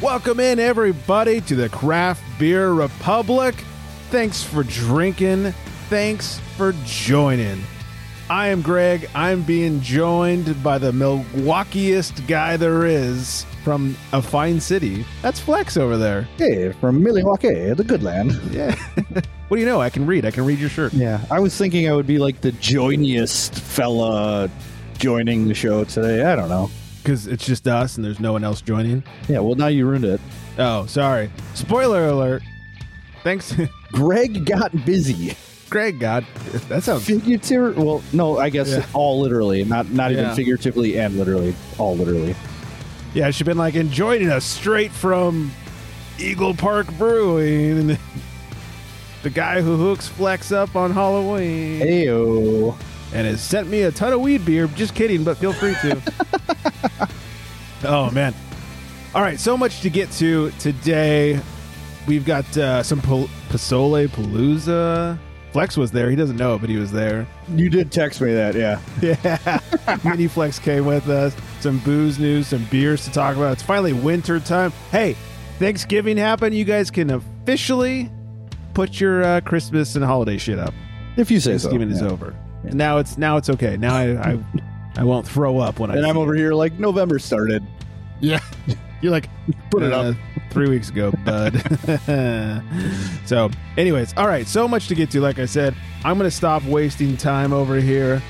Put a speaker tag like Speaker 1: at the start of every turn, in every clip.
Speaker 1: Welcome in, everybody, to the Craft Beer Republic. Thanks for drinking. Thanks for joining. I am Greg. I'm being joined by the Milwaukeeist guy there is from a fine city. That's Flex over there.
Speaker 2: Hey, from Milwaukee, the good land.
Speaker 1: Yeah. what do you know? I can read. I can read your shirt.
Speaker 2: Yeah, I was thinking I would be like the joiniest fella joining the show today. I don't know.
Speaker 1: Because it's just us and there's no one else joining.
Speaker 2: Yeah, well, now you ruined it.
Speaker 1: Oh, sorry. Spoiler alert. Thanks.
Speaker 2: Greg got busy.
Speaker 1: Greg, God. That sounds.
Speaker 2: Figurative? Well, no, I guess
Speaker 1: Yeah.
Speaker 2: all literally, not not even
Speaker 1: Yeah.
Speaker 2: figuratively and literally, all literally.
Speaker 1: Yeah, she's been like enjoying us straight from Eagle Park Brewing. And the guy who hooks flex up on Halloween.
Speaker 2: Ayo.
Speaker 1: and has sent me a ton of weed beer. Just kidding, but feel free to. oh man! All right, so much to get to today. We've got uh, some Pol- Pasole Palooza. Flex was there. He doesn't know it, but he was there.
Speaker 2: You did text me that, yeah.
Speaker 1: Yeah, Mini Flex came with us. Some booze news, some beers to talk about. It's finally winter time. Hey, Thanksgiving happened. You guys can officially put your uh, Christmas and holiday shit up.
Speaker 2: If you say so.
Speaker 1: Thanksgiving is
Speaker 2: yeah.
Speaker 1: over.
Speaker 2: Yeah.
Speaker 1: Now it's now it's okay. Now I I, I won't throw up when I.
Speaker 2: And I'm over here like November started.
Speaker 1: Yeah, you're like
Speaker 2: Put it up.
Speaker 1: Uh, three weeks ago, bud. so, anyways, all right. So much to get to. Like I said, I'm gonna stop wasting time over here.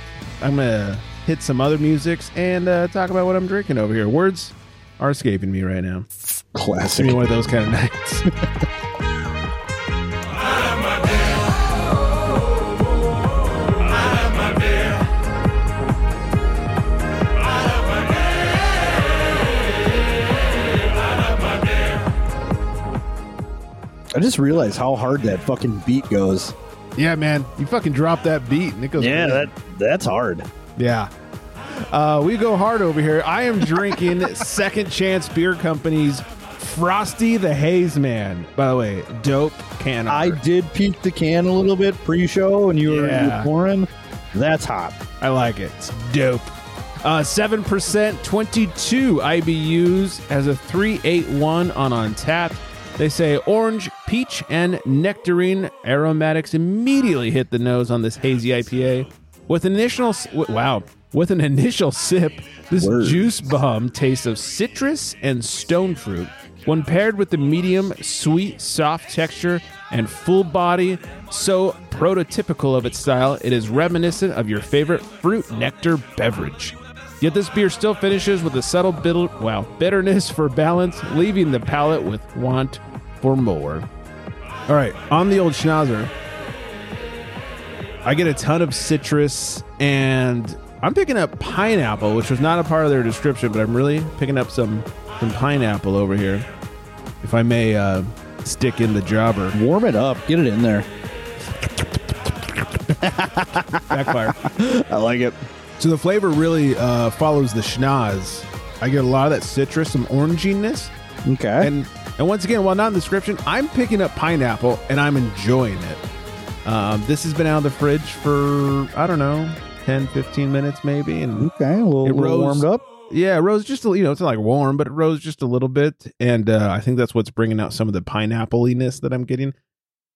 Speaker 1: I'm gonna hit some other musics and uh, talk about what I'm drinking over here. Words are escaping me right now. It's
Speaker 2: Classic.
Speaker 1: gonna be one of those kind of nights.
Speaker 2: I just realized how hard that fucking beat goes.
Speaker 1: yeah, man, you fucking drop that beat and it goes. crazy.
Speaker 2: that's hard.
Speaker 1: Yeah. Uh, we go hard over here. I am drinking Second Chance Beer Company's Frosty the Haze Man. By the way, dope can.
Speaker 2: I
Speaker 1: opener.
Speaker 2: did peek the can a little bit pre-show, and you were, you
Speaker 1: Yeah.
Speaker 2: were pouring. That's hot.
Speaker 1: I like it. It's dope. Uh, Seven percent, twenty-two IBUs has a three eight one on on tap. They say orange, peach, and nectarine aromatics immediately hit the nose on this hazy IPA. With an initial s- w- wow, with an initial sip, this
Speaker 2: Word.
Speaker 1: juice bomb tastes of citrus and stone fruit. When paired with the medium, sweet, soft texture and full body, so prototypical of its style, it is reminiscent of your favorite fruit nectar beverage. Yet this beer still finishes with a subtle bitter, wow, bitterness for balance, leaving the palate with want for more. All right, on the old schnauzer, I get a ton of citrus and I'm picking up pineapple, which was not a part of their description, but I'm really picking up some some pineapple over here. If I may uh, stick in the jobber.
Speaker 2: Warm it up. Get it in there.
Speaker 1: Backfire.
Speaker 2: I like it.
Speaker 1: so the flavor really uh, follows the schnoz. I get a lot of that citrus, some oranginess,
Speaker 2: Okay.
Speaker 1: and and once again, while not in the description, I'm picking up pineapple and I'm enjoying it. Um, this has been out of the fridge for I don't know 10, 15 minutes maybe, and
Speaker 2: okay, a little,
Speaker 1: It
Speaker 2: little
Speaker 1: rose.
Speaker 2: warmed up.
Speaker 1: yeah, it rose just a, you know it's not like warm, but it rose just a little bit, and uh, I think that's what's bringing out some of the pineappliness that I'm getting,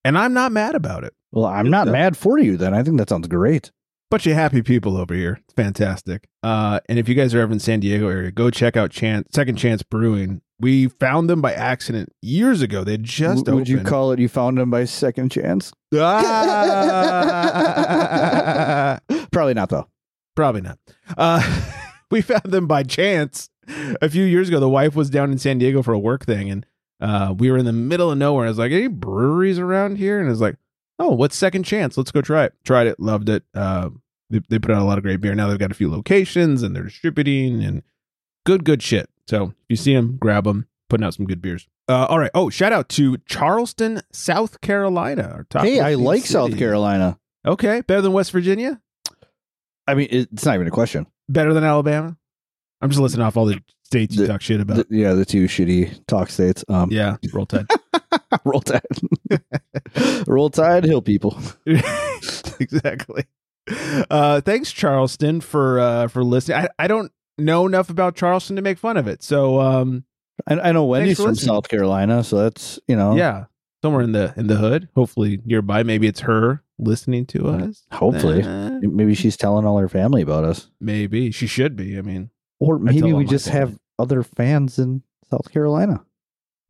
Speaker 1: and I'm not mad about it.
Speaker 2: Well, I'm not
Speaker 1: Yeah.
Speaker 2: mad for you then. I think that sounds great.
Speaker 1: bunch of happy people over here. It's fantastic. Uh, and if you guys are ever in San Diego area, go check out Chance Second Chance Brewing. We found them by accident years ago. They just
Speaker 2: W- would you
Speaker 1: opened.
Speaker 2: call it? You found him by second chance?
Speaker 1: Ah!
Speaker 2: Probably not though.
Speaker 1: Probably not. Uh, we found them by chance a few years ago. The wife was down in San Diego for a work thing, and uh, we were in the middle of nowhere. I was like, "Any breweries around here?" And I was like, "Oh, what's Second Chance? Let's go try it." Tried it, loved it. Uh, they, they put out a lot of great beer. Now they've got a few locations, and they're distributing and good, good shit. So if you see them, grab them. Putting out some good beers. Uh, all right. Oh, shout out to Charleston, South Carolina. Our top
Speaker 2: hey, I
Speaker 1: 15
Speaker 2: like South
Speaker 1: city.
Speaker 2: Carolina.
Speaker 1: Okay, better than West Virginia.
Speaker 2: I mean, it- it's not even a question.
Speaker 1: better than Alabama? I'm just listing off all the states you
Speaker 2: The-
Speaker 1: talk shit about.
Speaker 2: The- yeah, the two shitty talk states. Um,
Speaker 1: yeah, roll tide.
Speaker 2: roll tide, roll tide, hill people.
Speaker 1: exactly. Uh, thanks, Charleston, for uh, for listening. I, I don't know enough about Charleston to make fun of it, so um,
Speaker 2: I, I know Wendy's
Speaker 1: for
Speaker 2: from
Speaker 1: listening.
Speaker 2: South Carolina, so that's you know.
Speaker 1: Yeah, somewhere in the in the hood. Hopefully nearby. Maybe it's her listening to us.
Speaker 2: Hopefully,
Speaker 1: Eh,
Speaker 2: maybe she's telling all her family about us,
Speaker 1: maybe she should be. I mean,
Speaker 2: or
Speaker 1: I tell
Speaker 2: maybe
Speaker 1: all
Speaker 2: we
Speaker 1: my
Speaker 2: just have
Speaker 1: family.
Speaker 2: other fans in South Carolina.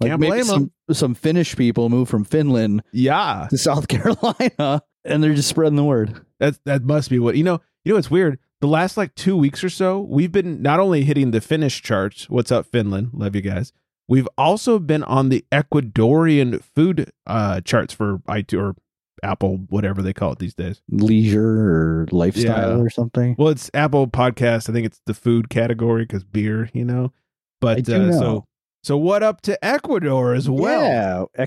Speaker 1: Can't blame 'em.
Speaker 2: some, some Finnish people move from Finland
Speaker 1: yeah,
Speaker 2: to South Carolina, and they're just spreading the word.
Speaker 1: that that must be what you know. You know, it's weird. The last like two weeks or so, we've been not only hitting the Finnish charts. What's up, Finland? Love you guys. We've also been on the Ecuadorian food uh, charts for iTunes or Apple, whatever they call it these days.
Speaker 2: Leisure or lifestyle
Speaker 1: Yeah.
Speaker 2: or something.
Speaker 1: Well, it's Apple Podcast. I think it's the food category because beer, you know. But
Speaker 2: I do
Speaker 1: uh,
Speaker 2: know.
Speaker 1: so so what up to Ecuador as well?
Speaker 2: yeah,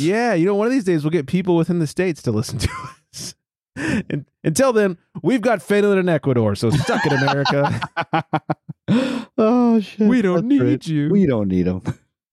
Speaker 1: Yeah, you know, one of these days we'll get people within the states to listen to us. And until then, we've got Finland and Ecuador, so stuck in America.
Speaker 2: oh shit!
Speaker 1: we don't
Speaker 2: that's
Speaker 1: need
Speaker 2: great.
Speaker 1: you.
Speaker 2: We don't need them.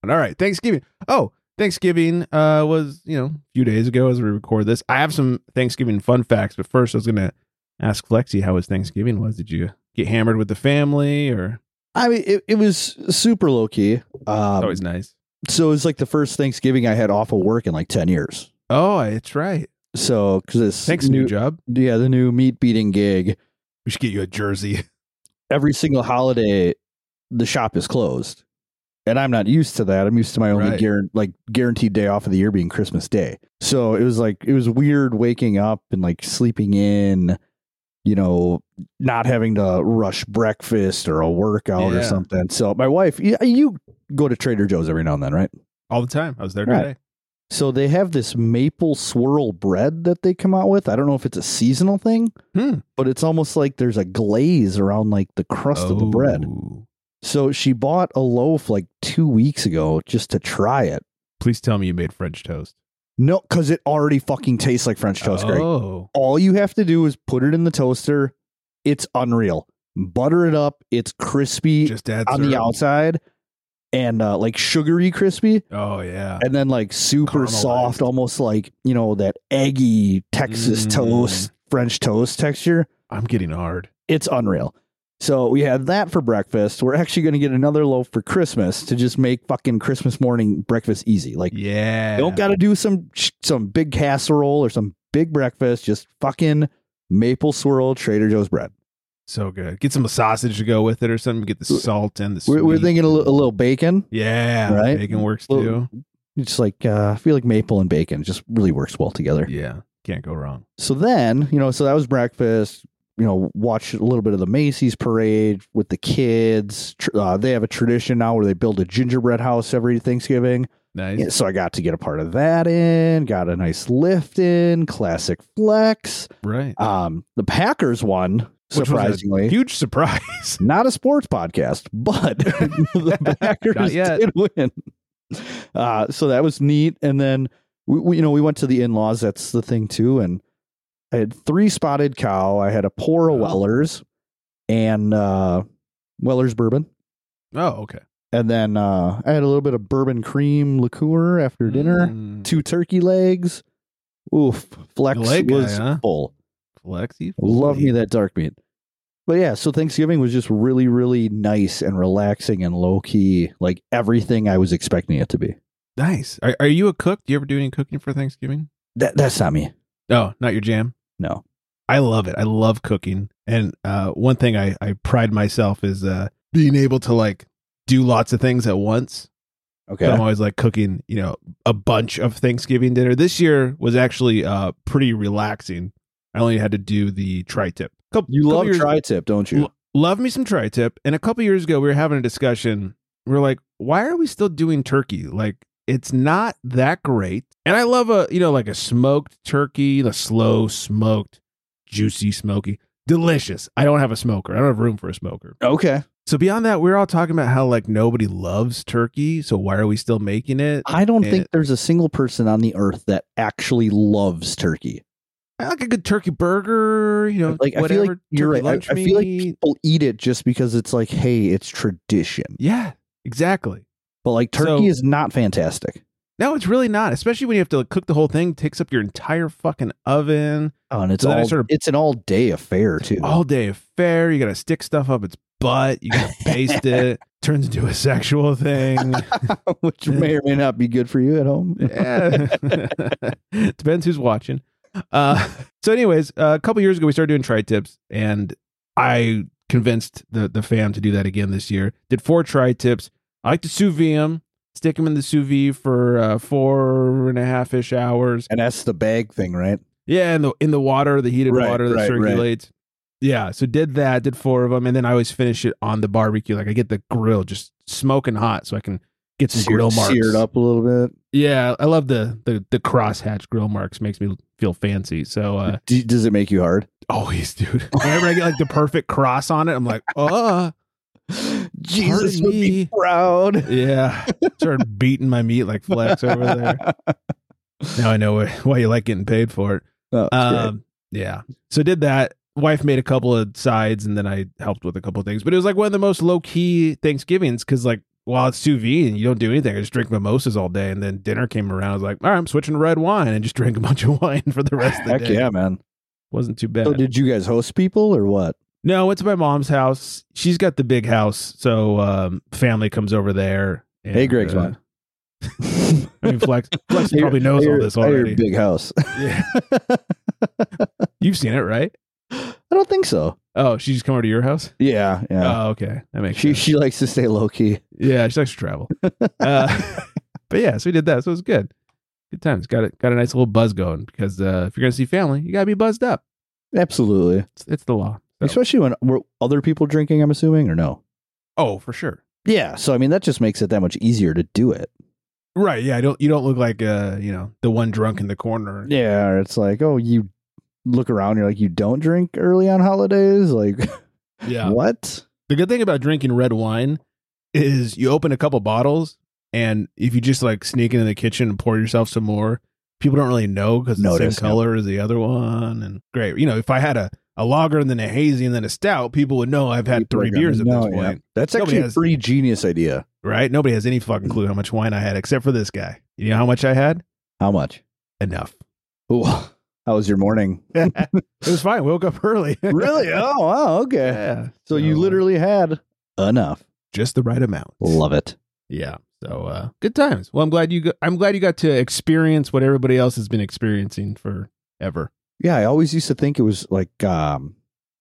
Speaker 1: All right, Thanksgiving. Oh, Thanksgiving uh, was you know a few days ago as we record this. I have some Thanksgiving fun facts, but first I was gonna ask Flexi how his Thanksgiving was. Did you get hammered with the family, or
Speaker 2: I mean, it, it was super low key.
Speaker 1: it's
Speaker 2: Um,
Speaker 1: always nice?
Speaker 2: so it was like the first Thanksgiving I had off of work in like ten years.
Speaker 1: Oh, it's right.
Speaker 2: So because it's
Speaker 1: Thanks, new job.
Speaker 2: yeah, the new meat beating gig.
Speaker 1: We should get you a jersey.
Speaker 2: Every single holiday, the shop is closed, and I'm not used to that. I'm used to my only
Speaker 1: Right.
Speaker 2: guaran- like guaranteed day off of the year being Christmas Day. So it was like it was weird waking up and like sleeping in, you know, not having to rush breakfast or a workout or
Speaker 1: Yeah.
Speaker 2: something. So my wife, you, you go to Trader Joe's every now and then, right?
Speaker 1: All the time. I was there
Speaker 2: Right.
Speaker 1: today.
Speaker 2: So they have this maple swirl bread that they come out with. I don't know if it's a seasonal thing,
Speaker 1: Hmm.
Speaker 2: but it's almost like there's a glaze around like the crust of the bread.
Speaker 1: Oh.
Speaker 2: So she bought a loaf like two weeks ago just to try it.
Speaker 1: Please tell me you made French toast.
Speaker 2: No, because it already fucking tastes like French toast, Greg.
Speaker 1: oh,
Speaker 2: All you have to do is put it in the toaster. It's unreal. Butter it up. It's crispy
Speaker 1: just add
Speaker 2: on the
Speaker 1: syrup.
Speaker 2: outside and uh, like sugary crispy.
Speaker 1: Oh yeah.
Speaker 2: and then like super
Speaker 1: Caramelized.
Speaker 2: soft, almost like you know that eggy Texas
Speaker 1: Mm.
Speaker 2: toast, French toast texture.
Speaker 1: I'm getting hard.
Speaker 2: It's unreal. So we had that for breakfast. We're actually going to get another loaf for Christmas to just make fucking Christmas morning breakfast easy. Like
Speaker 1: Yeah.
Speaker 2: you don't got to do some some big casserole or some big breakfast. Just fucking maple swirl Trader Joe's bread.
Speaker 1: so good. Get some sausage to go with it or something. Get the
Speaker 2: We're-
Speaker 1: salt and the.
Speaker 2: We're, we're
Speaker 1: sweet.
Speaker 2: thinking a li- a little bacon.
Speaker 1: Yeah.
Speaker 2: Right?
Speaker 1: Bacon works
Speaker 2: Little-
Speaker 1: too.
Speaker 2: It's like uh, I feel like maple and bacon just really works well together.
Speaker 1: Yeah. Can't go wrong.
Speaker 2: So then, you know, so that was breakfast. You know, watch a little bit of the Macy's parade with the kids. Tr- Uh, they have a tradition now where they build a gingerbread house every Thanksgiving.
Speaker 1: Nice.
Speaker 2: Yeah, so I got to get a part of that in. Got a nice lift in. Classic flex.
Speaker 1: Right.
Speaker 2: Um, the Packers won
Speaker 1: Which was a
Speaker 2: surprisingly.
Speaker 1: Huge surprise.
Speaker 2: Not a sports podcast, but the
Speaker 1: Not
Speaker 2: Packers
Speaker 1: yet.
Speaker 2: did win. Uh, so that was neat. And then we, we, you know, we went to the in-laws. That's the thing too. And I had three spotted cow. I had a pour of
Speaker 1: Oh.
Speaker 2: Weller's and uh, Weller's bourbon.
Speaker 1: oh, okay.
Speaker 2: And then uh, I had a little bit of bourbon cream liqueur after dinner.
Speaker 1: Mm.
Speaker 2: Two turkey legs. Oof, flex
Speaker 1: leg guy,
Speaker 2: was
Speaker 1: huh?
Speaker 2: full.
Speaker 1: Flexi.
Speaker 2: Love me that dark meat. But yeah, so Thanksgiving was just really, really nice and relaxing and low key, like everything I was expecting it to be.
Speaker 1: Nice. Are, are you a cook? Do you ever do any cooking for Thanksgiving?
Speaker 2: That that's not me.
Speaker 1: Oh, not your jam.
Speaker 2: No.
Speaker 1: I love it. I love cooking. And uh, one thing I, I pride myself is uh, being able to like do lots of things at once.
Speaker 2: Okay.
Speaker 1: So I'm always like cooking, you know, a bunch of Thanksgiving dinner. This year was actually uh, pretty relaxing. I only had to do the tri tip.
Speaker 2: you love tri tip, don't you?
Speaker 1: L- love me some tri tip. And a couple years ago, we were having a discussion. We were like, why are we still doing turkey? Like, it's not that great. And I love a, you know, like a smoked turkey, the slow smoked, juicy, smoky, delicious. I don't have a smoker. I don't have room for a smoker.
Speaker 2: okay.
Speaker 1: So, beyond that, we we're all talking about how, like, nobody loves turkey. So, why are we still making it?
Speaker 2: I don't
Speaker 1: Eh.
Speaker 2: think there's a single person on the earth that actually loves turkey.
Speaker 1: I like a good turkey burger, you know,
Speaker 2: Like I
Speaker 1: whatever.
Speaker 2: feel like you're
Speaker 1: turkey
Speaker 2: right. I,
Speaker 1: lunch
Speaker 2: I feel like
Speaker 1: meat.
Speaker 2: people eat it just because it's like, hey, it's tradition.
Speaker 1: yeah, exactly.
Speaker 2: But like
Speaker 1: So-
Speaker 2: turkey is not fantastic.
Speaker 1: No, it's really not. Especially when you have to like, cook the whole thing, takes up your entire fucking oven,
Speaker 2: Oh, and it's
Speaker 1: So then I
Speaker 2: all
Speaker 1: sort of-
Speaker 2: it's an all day affair too.
Speaker 1: all day affair. You gotta stick stuff up its butt. You gotta baste it. turns into a sexual thing.
Speaker 2: which may or may not be good for you at home.
Speaker 1: Yeah. Depends who's watching. Uh, so, anyways, uh, a couple years ago, we started doing tri tips, and I convinced the the fam to do that again this year. Did four tri tips. I like to sous vide 'em, stick them in the sous vide for uh, four and a half ish hours.
Speaker 2: And that's the bag thing, right?
Speaker 1: Yeah, in the in the water, the heated
Speaker 2: Right,
Speaker 1: water that
Speaker 2: right, right.
Speaker 1: circulates. Yeah, so did that, did four of them, and then I always finish it on the barbecue. Like I get the grill just smoking hot, so I can get some grill marks.
Speaker 2: seared up a little bit.
Speaker 1: Yeah, I love the the the crosshatch grill marks. Makes me feel fancy. So uh
Speaker 2: Do, does it make you hard?
Speaker 1: always, dude. Whenever I get like the perfect cross on it, I'm like, oh
Speaker 2: Jesus
Speaker 1: Pardon
Speaker 2: would be
Speaker 1: me.
Speaker 2: proud.
Speaker 1: yeah. Start beating my meat like flex over there. Now I know wh- why you like getting paid for it.
Speaker 2: Oh, that's
Speaker 1: Um, yeah. So did that. Wife made a couple of sides, and then I helped with a couple of things. But it was like one of the most low key Thanksgivings because like while it's sous vide and you don't do anything, I just drink mimosas all day. And then dinner came around. I was like, all right, I'm switching to red wine and just drank a bunch of wine for the rest
Speaker 2: great.
Speaker 1: of the
Speaker 2: Heck
Speaker 1: day.
Speaker 2: yeah, man.
Speaker 1: Wasn't too bad.
Speaker 2: So did you guys host people or what?
Speaker 1: No, I went to my mom's house. She's got the big house, so um, family comes over there. And, uh,
Speaker 2: Hey, Greg's mom.
Speaker 1: I mean, Flex, Flex
Speaker 2: I hear-
Speaker 1: probably knows
Speaker 2: I hear-
Speaker 1: all this
Speaker 2: I hear
Speaker 1: already.
Speaker 2: Big house.
Speaker 1: Yeah.
Speaker 2: I
Speaker 1: You've seen it, right?
Speaker 2: don't think so.
Speaker 1: Oh, she just come over to your house.
Speaker 2: Yeah, yeah.
Speaker 1: Oh, okay, that makes
Speaker 2: she
Speaker 1: sense.
Speaker 2: she likes to stay low key.
Speaker 1: yeah, she likes to travel. Uh, but yeah, so we did that. So it was good. Good times. Got it. Got a nice little buzz going because uh, if you're gonna see family, you gotta be buzzed up.
Speaker 2: Absolutely.
Speaker 1: It's, it's the law. So-
Speaker 2: Especially when were other people drinking, I'm assuming, or no?
Speaker 1: oh, for sure.
Speaker 2: Yeah. So I mean that just makes it that much easier to do it.
Speaker 1: Right. Yeah. I don't. You don't look like uh, you know, the one drunk in the corner.
Speaker 2: Yeah. or It's like, oh, you look around, you're like, you don't drink early on holidays? Like
Speaker 1: Yeah.
Speaker 2: what?
Speaker 1: The good thing about drinking red wine is you open a couple bottles, and if you just like sneak into the kitchen and pour yourself some more, people don't really know because it's the
Speaker 2: Notice,
Speaker 1: same
Speaker 2: yeah.
Speaker 1: color as the other one. And great, you know, if I had a a lager and then a hazy and then a stout, people would know I've had
Speaker 2: People
Speaker 1: three
Speaker 2: are gonna
Speaker 1: beers at
Speaker 2: know,
Speaker 1: this
Speaker 2: yeah.
Speaker 1: point,
Speaker 2: That's
Speaker 1: Nobody
Speaker 2: actually a
Speaker 1: has-
Speaker 2: pretty genius idea.
Speaker 1: right? Nobody has any fucking clue how much wine I had except for this guy. You know how much I had?
Speaker 2: How much?
Speaker 1: Enough.
Speaker 2: Ooh, how was your morning?
Speaker 1: it was fine. Woke up early.
Speaker 2: really? Oh, wow. Okay.
Speaker 1: yeah.
Speaker 2: So you
Speaker 1: So-
Speaker 2: literally had enough.
Speaker 1: Just the right amount.
Speaker 2: Love it.
Speaker 1: Yeah. So uh, good times. Well, I'm glad you. Go- I'm glad you got to experience what everybody else has been experiencing forever.
Speaker 2: Yeah, I always used to think it was like um,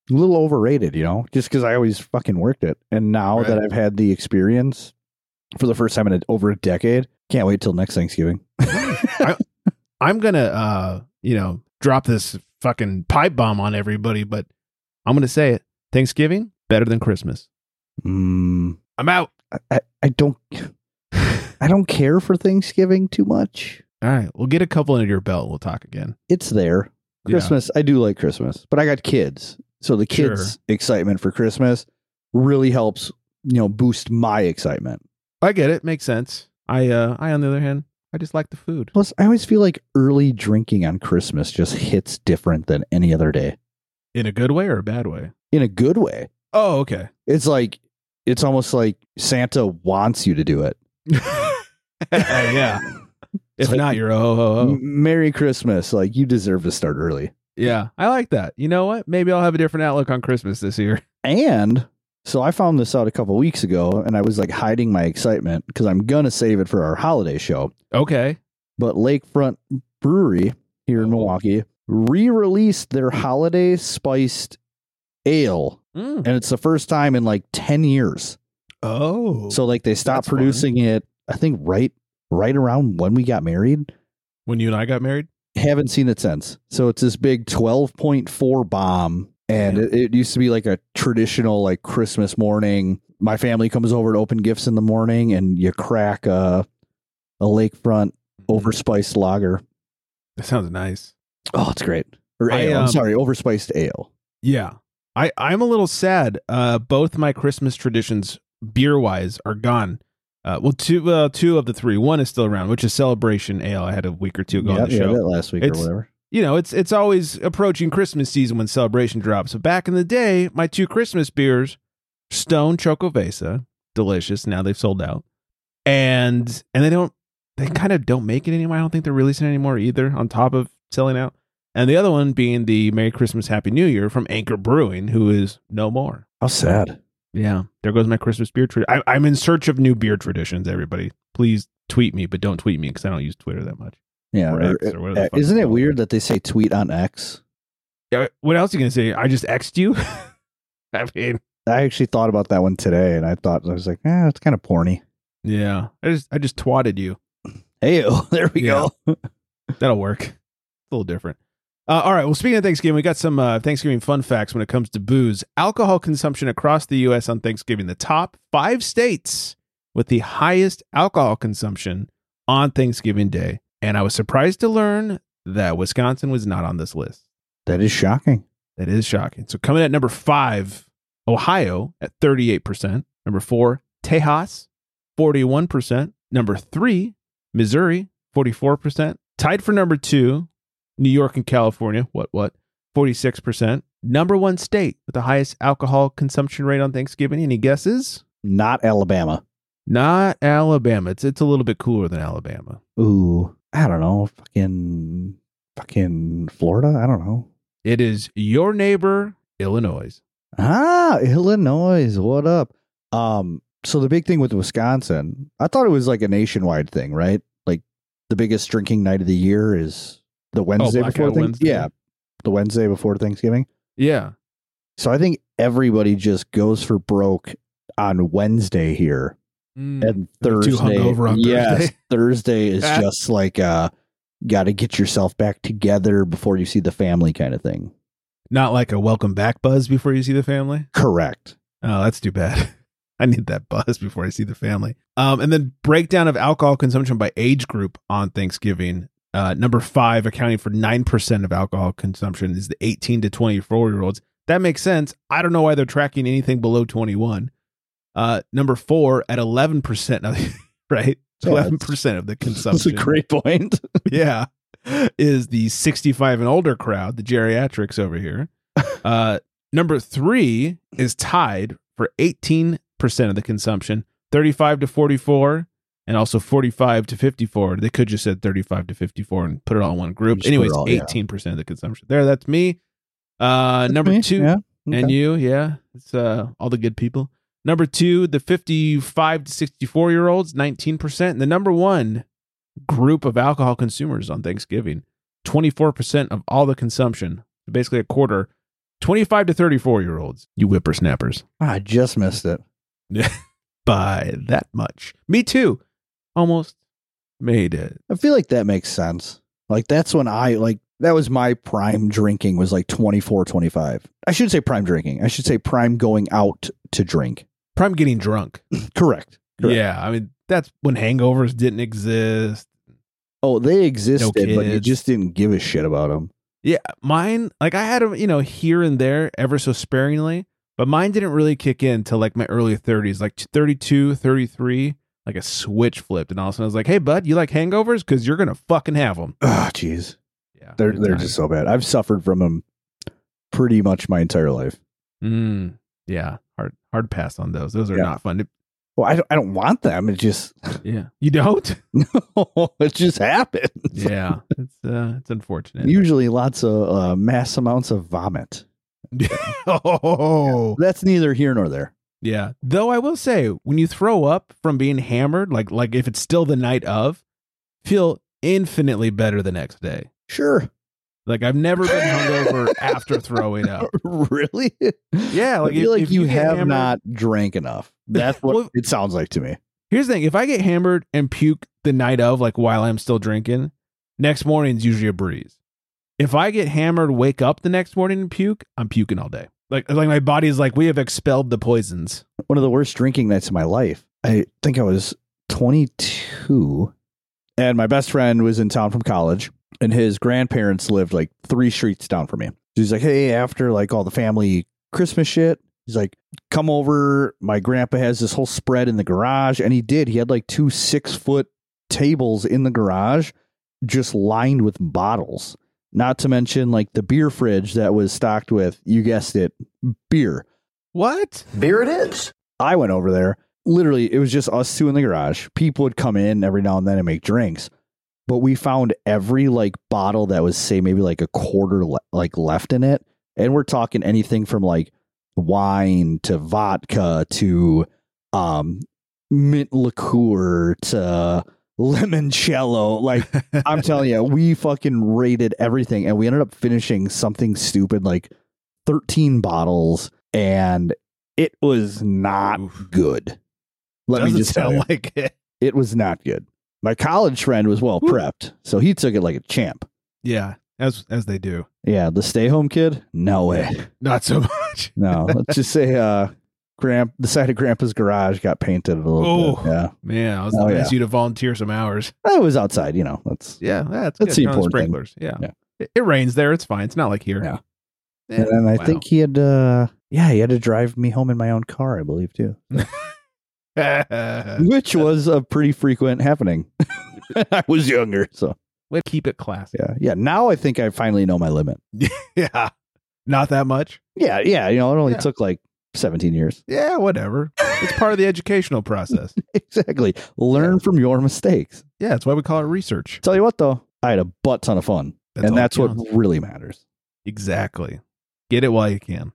Speaker 2: a little overrated, you know, just because I always fucking worked it. And now
Speaker 1: Right.
Speaker 2: that I've had the experience for the first time in a, over a decade, can't wait till next Thanksgiving.
Speaker 1: I'm gonna, uh, you know, drop this fucking pipe bomb on everybody, but I'm gonna say it. Thanksgiving better than Christmas.
Speaker 2: Mm,
Speaker 1: I'm out.
Speaker 2: I, I, I don't, I don't care for Thanksgiving too much.
Speaker 1: All right, we'll get a couple under your belt. and We'll talk again.
Speaker 2: It's there.
Speaker 1: Yeah.
Speaker 2: Christmas, I do like Christmas, but I got kids, so the
Speaker 1: Sure.
Speaker 2: kids' excitement for Christmas really helps, you know, boost my excitement.
Speaker 1: I get it. Makes sense. I, uh, I on the other hand, I just like the food.
Speaker 2: Plus, I always feel like early drinking on Christmas just hits different than any other day
Speaker 1: In a good way or a bad way?
Speaker 2: in a good way.
Speaker 1: Oh, okay.
Speaker 2: It's like it's almost like Santa wants you to do it.
Speaker 1: Uh, Oh, yeah. If
Speaker 2: Like-
Speaker 1: not, you're a ho ho ho.
Speaker 2: M- Merry Christmas! Like you deserve to start early.
Speaker 1: Yeah, I like that. You know what? Maybe I'll have a different outlook on Christmas this year.
Speaker 2: And so I found this out a couple weeks ago, and I was like hiding my excitement because I'm gonna save it for our holiday show.
Speaker 1: Okay.
Speaker 2: but Lakefront Brewery here in
Speaker 1: Oh.
Speaker 2: Milwaukee re-released their holiday spiced ale
Speaker 1: Mm.
Speaker 2: and it's the first time in like 10 years.
Speaker 1: Oh.
Speaker 2: So like they stopped
Speaker 1: That's fun.
Speaker 2: producing it I think right right around when we got married.
Speaker 1: when you and I got married?
Speaker 2: Haven't seen it since. So it's this big 12.4 bomb and
Speaker 1: Yeah.
Speaker 2: it, it used to be like a traditional like Christmas morning my family comes over to open gifts in the morning and you crack a a lakefront overspiced lager.
Speaker 1: That sounds nice.
Speaker 2: Oh, it's great. Or
Speaker 1: I,
Speaker 2: ale. I'm
Speaker 1: um,
Speaker 2: sorry, overspiced ale.
Speaker 1: Yeah. I, I'm a little sad. Uh, both my Christmas traditions, beer wise, are gone. Uh, well, two uh, two of the three. One is still around, which is Celebration Ale. I had a week or two ago
Speaker 2: Yeah,
Speaker 1: on the
Speaker 2: yeah,
Speaker 1: show.
Speaker 2: that last week
Speaker 1: It's-
Speaker 2: or whatever.
Speaker 1: you know, it's it's always approaching Christmas season when Celebration drops. So back in the day, my two Christmas beers, Stone Chocovesa, delicious. Now they've sold out, and and they don't they kind of don't make it anymore. I don't think they're releasing it anymore either. On top of selling out, and the other one being the Merry Christmas, Happy New Year from Anchor Brewing, who is no more.
Speaker 2: How sad.
Speaker 1: Yeah. There goes my Christmas beer tradition. I'm in search of new beer traditions, everybody. Please tweet me, but don't tweet me because I don't use Twitter that much.
Speaker 2: Yeah.
Speaker 1: Or
Speaker 2: or-
Speaker 1: X or whatever the
Speaker 2: uh,
Speaker 1: fuck
Speaker 2: isn't
Speaker 1: it's
Speaker 2: it
Speaker 1: called.
Speaker 2: weird that they say tweet on X?
Speaker 1: Yeah, What else are you going to say? I just X'd you? I mean,
Speaker 2: I actually thought about that one today, and I thought I was like, eh, it's kind of porny.
Speaker 1: yeah. I just, I just twatted you.
Speaker 2: Hey, there we
Speaker 1: Yeah.
Speaker 2: go.
Speaker 1: That'll work. A little different. Uh, all right. Well, speaking of Thanksgiving, we got some uh, Thanksgiving fun facts when it comes to booze. Alcohol consumption across the U.S. on Thanksgiving, the top five states with the highest alcohol consumption on Thanksgiving Day. And I was surprised to learn that Wisconsin was not on this list.
Speaker 2: that is shocking.
Speaker 1: That is shocking. So coming at number five, Ohio at 38%. Number four, Tejas, 41%. Number three, Missouri, 44%. Tied for number two, New York and California. What, what? 46%. Number one state with the highest alcohol consumption rate on Thanksgiving. Any guesses?
Speaker 2: Not Alabama.
Speaker 1: Not Alabama. It's, it's a little bit cooler than Alabama.
Speaker 2: Ooh, I don't know. Fucking, fucking Florida. I don't know.
Speaker 1: It is your neighbor, Illinois.
Speaker 2: Ah, Illinois. What up? Um, so the big thing with Wisconsin, I thought it was like a nationwide thing, right? Like the biggest drinking night of the year is the Wednesday
Speaker 1: Blackout
Speaker 2: before Thanksgiving.
Speaker 1: Wednesday.
Speaker 2: Yeah, the Wednesday before Thanksgiving.
Speaker 1: Yeah.
Speaker 2: So I think everybody just goes for broke on Wednesday here,
Speaker 1: Mm.
Speaker 2: and
Speaker 1: They're
Speaker 2: Thursday.
Speaker 1: too hungover on
Speaker 2: yes,
Speaker 1: Thursday.
Speaker 2: Thursday is
Speaker 1: Ah.
Speaker 2: just like uh, got to get yourself back together before you see the family kind of thing.
Speaker 1: Not like a welcome back buzz before you see the family.
Speaker 2: Correct.
Speaker 1: Oh, that's too bad. I need that buzz before I see the family. Um, and then breakdown of alcohol consumption by age group on Thanksgiving. Uh, number five, accounting for 9% of alcohol consumption, is the 18 to 24 year olds. That makes sense. I don't know why they're tracking anything below 21. Uh, number four, at 11%, of, right?
Speaker 2: Yeah, it's-
Speaker 1: 11% of the consumption
Speaker 2: That's a great point.
Speaker 1: yeah, is the 65 and older crowd, the geriatrics over here. Uh, number three is tied for 18% of the consumption, 35 to 44, and also 45 to 54. They could just said 35 to 54 and put it all in one group.
Speaker 2: Just put it
Speaker 1: Anyways,
Speaker 2: all, yeah.
Speaker 1: 18% of the consumption. There, that's me. Uh, number
Speaker 2: Me?
Speaker 1: two,
Speaker 2: Yeah.
Speaker 1: and
Speaker 2: Okay.
Speaker 1: you, yeah. It's uh all the good people. Number two, the 55 to 64 year olds, 19%. And the number one group of alcohol consumers on Thanksgiving, 24% of all the consumption, basically a quarter, 25 to 34 year olds, you whippersnappers,
Speaker 2: Ah, I just missed it.
Speaker 1: by that much. Me too. Almost made it.
Speaker 2: I feel like that makes sense. Like that's when I like that was my prime drinking was like 24 25. I should say prime drinking. I should say prime going out to drink.
Speaker 1: Prime getting drunk.
Speaker 2: Correct. Correct.
Speaker 1: Yeah. I mean, that's when hangovers didn't exist.
Speaker 2: Oh, they existed, but you
Speaker 1: kids.
Speaker 2: just didn't give a shit about them.
Speaker 1: Yeah, mine like I had them, you know, here and there ever so sparingly, but mine didn't really kick in till like my early 30s, like 32, 33, like a switch flipped and all of a sudden I was like, "Hey bud, you like hangovers cuz you're going to fucking have them."
Speaker 2: Oh, jeez.
Speaker 1: Yeah.
Speaker 2: They're
Speaker 1: good
Speaker 2: they're
Speaker 1: times.
Speaker 2: just so bad. I've suffered from them pretty much my entire life.
Speaker 1: Mm, yeah, hard hard pass on those. Those are
Speaker 2: Yeah.
Speaker 1: not fun. To,
Speaker 2: Well, I don't, I don't want them. It just
Speaker 1: yeah. You don't?
Speaker 2: it just happens.
Speaker 1: yeah. It's uh it's unfortunate.
Speaker 2: Usually lots of uh, mass amounts of vomit.
Speaker 1: oh.
Speaker 2: That's neither here nor there.
Speaker 1: Yeah. Though I will say, when you throw up from being hammered, like like if it's still the night of, feel infinitely better the next day.
Speaker 2: Sure.
Speaker 1: Like I've never been hungover after throwing up.
Speaker 2: really?
Speaker 1: Yeah, like
Speaker 2: I feel
Speaker 1: if-
Speaker 2: like
Speaker 1: if
Speaker 2: you,
Speaker 1: you get
Speaker 2: have
Speaker 1: hammered-
Speaker 2: not drank enough. That's what
Speaker 1: Well-
Speaker 2: it sounds like to me.
Speaker 1: Here's the thing: if I get hammered and puke the night of, like while I'm still drinking, next morning's usually a breeze. If I get hammered, wake up the next morning and puke, I'm puking all day. Like like my body's like we have expelled the poisons.
Speaker 2: One of the worst drinking nights of my life. I think I was 22, and my best friend was in town from college, and his grandparents lived like three streets down from me. So he's like, "Hey, after like all the family Christmas shit." He's like, come over. My grandpa has this whole spread in the garage. And he did. He had like two six foot tables in the garage, just lined with bottles. Not to mention like the beer fridge that was stocked with, you guessed it, beer.
Speaker 1: What?
Speaker 3: Beer it is.
Speaker 2: I went over there. Literally, it was just us two in the garage. People would come in every now and then and make drinks. But we found every like bottle that was say maybe like a quarter le- like left in it, and we're talking anything from like wine to vodka to um mint liqueur to limoncello like i'm telling you we fucking rated everything and we ended up finishing something stupid like 13 bottles and it was not
Speaker 1: Oof.
Speaker 2: good let
Speaker 1: Doesn't
Speaker 2: me just tell
Speaker 1: sound
Speaker 2: you
Speaker 1: like it.
Speaker 2: it was not good my college friend was well
Speaker 1: Woo.
Speaker 2: prepped so he took it like a champ
Speaker 1: Yeah, as as they do.
Speaker 2: yeah the stay home kid no way
Speaker 1: Not so much.
Speaker 2: No, let's just say uh Grand the side of Grandpa's garage got painted a little
Speaker 1: Oh.
Speaker 2: bit. Yeah.
Speaker 1: Man, I was
Speaker 2: Oh,
Speaker 1: going to
Speaker 2: yeah.
Speaker 1: ask you to volunteer some hours.
Speaker 2: It was outside, you know. That's
Speaker 1: Yeah, that's, good.
Speaker 2: That's the
Speaker 1: Turn on
Speaker 2: important thing.
Speaker 1: sprinklers. Yeah.
Speaker 2: Yeah.
Speaker 1: It, it rains there. It's fine. It's not like here.
Speaker 2: Yeah.
Speaker 1: Eh,
Speaker 2: and then I
Speaker 1: wow.
Speaker 2: think he had uh yeah, he had to drive me home in my own car, I believe too. Which was a pretty frequent happening. I was younger, so
Speaker 1: we keep it classy.
Speaker 2: yeah. Yeah. Now I think I finally know my limit.
Speaker 1: Yeah. Not that much.
Speaker 2: Yeah, yeah. You know, it only
Speaker 1: Yeah.
Speaker 2: took like seventeen years.
Speaker 1: Yeah, whatever. it's part of the educational process.
Speaker 2: exactly. Learn from your mistakes.
Speaker 1: Yeah, that's why we call it research.
Speaker 2: Tell you what though, I had a butt ton of fun.
Speaker 1: all
Speaker 2: and
Speaker 1: that
Speaker 2: that's what
Speaker 1: counts.
Speaker 2: really matters.
Speaker 1: Exactly. Get it while you can.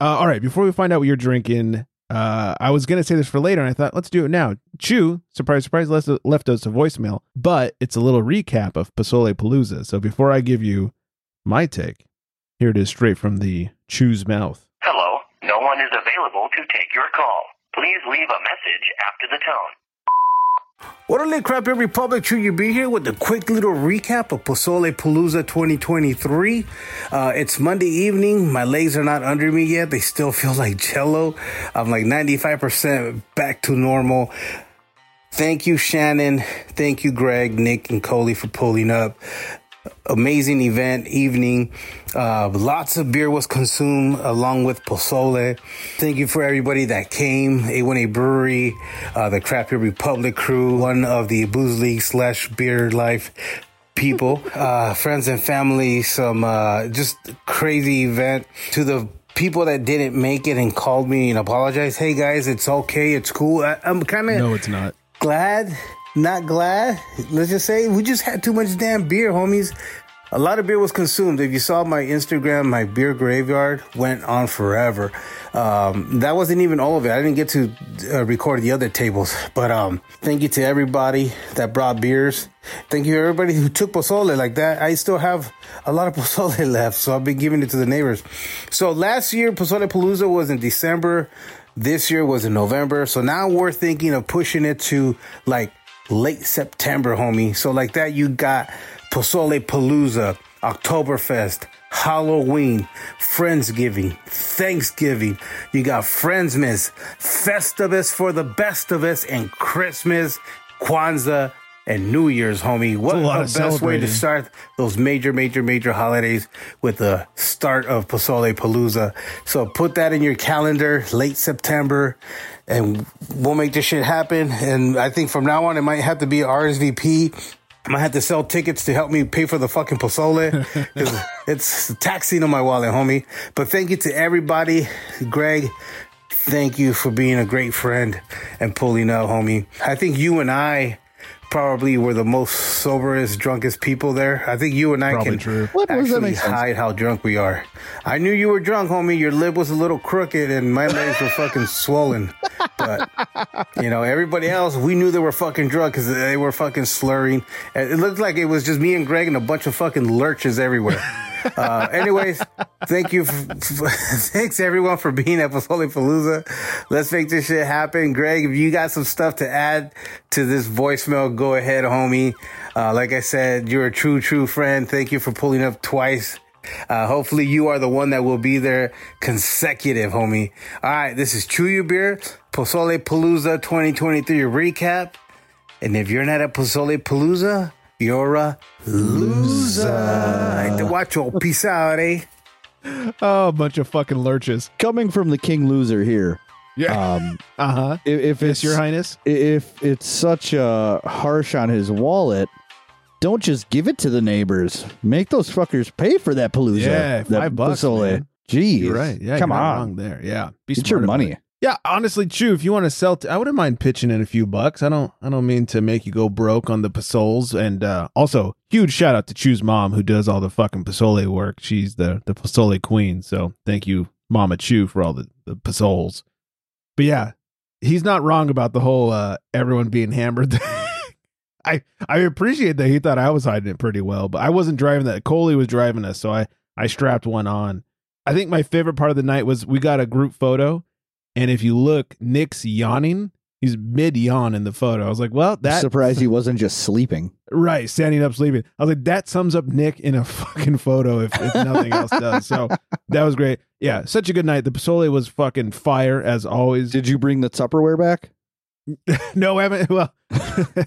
Speaker 1: Uh, all right. Before we find out what you're drinking, uh, I was gonna say this for later, and I thought let's do it now. Chew, surprise, surprise, left, left us a voicemail, but it's a little recap of Pasole Palooza. So before I give you my take, here it is straight from the Chew's mouth.
Speaker 3: Hello, no one is available to take your call. Please leave a message after the tone.
Speaker 4: What a little crap every public should you be here with a quick little recap of Pozole Palooza 2023. Uh, it's Monday evening. My legs are not under me yet. They still feel like jello. I'm like 95% back to normal. Thank you, Shannon. Thank you, Greg, Nick, and Coley for pulling up. Amazing event, evening. Uh, lots of beer was consumed along with Pozole. Thank you for everybody that came. A1A Brewery, uh, the Craft Beer Republic crew, one of the Booze League slash Beer Life people, uh, friends and family, some uh, just crazy event. To the people that didn't make it and called me and apologized, hey guys, it's okay, it's cool. I, I'm kind of
Speaker 1: No, it's not.
Speaker 4: glad, not glad. Let's just say we just had too much damn beer, homies. A lot of beer was consumed. If you saw my Instagram, my beer graveyard went on forever. Um, that wasn't even all of it. I didn't get to uh, record the other tables, but um, thank you to everybody that brought beers. Thank you to everybody who took pozole like that. I still have a lot of pozole left, so I've been giving it to the neighbors. So last year, pozole palooza was in December this year was in November. So now we're thinking of pushing it to like late September, homie. So like that, you got Pozole Palooza, Oktoberfest, Halloween, Friendsgiving, Thanksgiving. You got Friendsmas, Festivus for the best of us, and Christmas, Kwanzaa, and New Year's, homie. What
Speaker 1: lot
Speaker 4: the
Speaker 1: of
Speaker 4: best way
Speaker 1: celebrating.
Speaker 4: to start? start those major, major, major holidays with the start of Pasole Palooza. So put that in your calendar, late September, and we'll make this shit happen. And I think from now on, it might have to be RSVP. I might have to sell tickets to help me pay for the fucking Pasole 'cause it's taxing on my wallet, homie. But thank you to everybody, Greg. Thank you for being a great friend and pulling up, homie. I think you and I probably were the most soberest, drunkest people there. I think you and I
Speaker 1: Probably
Speaker 4: can
Speaker 1: true.
Speaker 2: What does that
Speaker 4: actually
Speaker 2: make sense?
Speaker 4: hide how drunk we are. I knew you were drunk, homie. Your lip was a little crooked and my legs were fucking swollen. But you know, everybody else, we knew they were fucking drunk because they were fucking slurring. And It looked like it was just me and Greg and a bunch of fucking lurches everywhere. Uh, anyways, thank you. f- f- thanks everyone for being at Pasole Palooza. Let's make this shit happen. Greg, if you got some stuff to add to this voicemail, go ahead, homie. Uh, like I said, you're a true, true friend. Thank you for pulling up twice. Uh, hopefully you are the one that will be there consecutive, homie. All right, this is Chew Your Beer, Pozole Palooza 2023 recap. And if you're not at Pozole Palooza, you're a loser. Ay, Te guacho, peace out, eh?
Speaker 1: Oh, a bunch of fucking lurches.
Speaker 2: Coming from the king loser here.
Speaker 1: Yeah.
Speaker 2: Um
Speaker 1: Uh huh.
Speaker 2: if, if
Speaker 1: Yes,
Speaker 2: it's
Speaker 1: Your Highness.
Speaker 2: if it's such a harsh on his wallet, don't just give it to the neighbors. Make those fuckers pay for that palooza.
Speaker 1: Yeah,
Speaker 2: that
Speaker 1: five bucks,
Speaker 2: pozole.
Speaker 1: man.
Speaker 2: Jeez,
Speaker 1: You're right. Yeah.
Speaker 2: come
Speaker 1: you're not
Speaker 2: on,
Speaker 1: Wrong there. Yeah. Be
Speaker 2: it's
Speaker 1: smart
Speaker 2: your
Speaker 1: about
Speaker 2: money.
Speaker 1: Yeah, honestly, true. If you want to sell, t- I wouldn't mind pitching in a few bucks. I don't, I don't mean to make you go broke on the Pasoles. And uh, also, huge shout out to Chew's mom who does all the fucking Pasole work. She's the the Pasole queen. So thank you, Mama Chew for all the, the pistoles. But yeah, he's not wrong about the whole uh, everyone being hammered. thing. I I appreciate that he thought I was hiding it pretty well, but I wasn't driving that. Coley was driving us, so I I strapped one on. I think my favorite part of the night was we got a group photo, and if you look, Nick's yawning. He's mid yawn in the photo. I was like, well, that
Speaker 2: Surprised he wasn't just sleeping.
Speaker 1: Right, standing up, sleeping. I was like, that sums up Nick in a fucking photo, if, if nothing else does. So that was great. Yeah, such a good night. The Pasole was fucking fire as always.
Speaker 2: Did you bring the Tupperware back?
Speaker 1: no, I haven't. Well,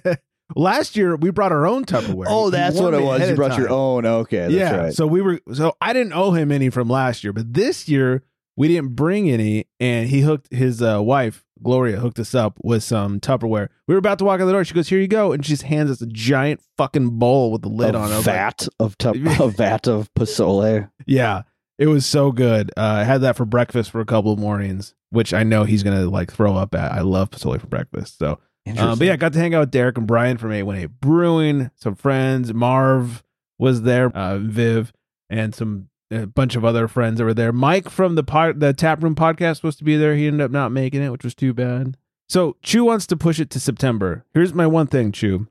Speaker 1: last year we brought our own Tupperware.
Speaker 2: Oh, that's what it
Speaker 1: Warned me
Speaker 2: was.
Speaker 1: ahead
Speaker 2: You
Speaker 1: of
Speaker 2: brought your
Speaker 1: time.
Speaker 2: own. Okay, that's
Speaker 1: yeah.
Speaker 2: right.
Speaker 1: So we were. So I didn't owe him any from last year, but this year we didn't bring any, and he hooked his uh, wife Gloria hooked us up with some Tupperware. We were about to walk out the door. She goes, "Here you go," and she just hands us a giant fucking bowl with the lid
Speaker 2: a
Speaker 1: on. it. I was like,
Speaker 2: vat of tup- a vat of pasole.
Speaker 1: Yeah, it was so good. Uh, I had that for breakfast for a couple of mornings, which I know he's gonna like throw up at. I love pozole for breakfast. So, um, but yeah, got to hang out with Derek and Brian from A1A Brewing, some friends. Marv was there, uh, Viv, and some a bunch of other friends that were there. Mike from the pod, the Tap Room podcast was supposed to be there. He ended up not making it, which was too bad. So Chew wants to push it to September. Here's my one thing, Chew.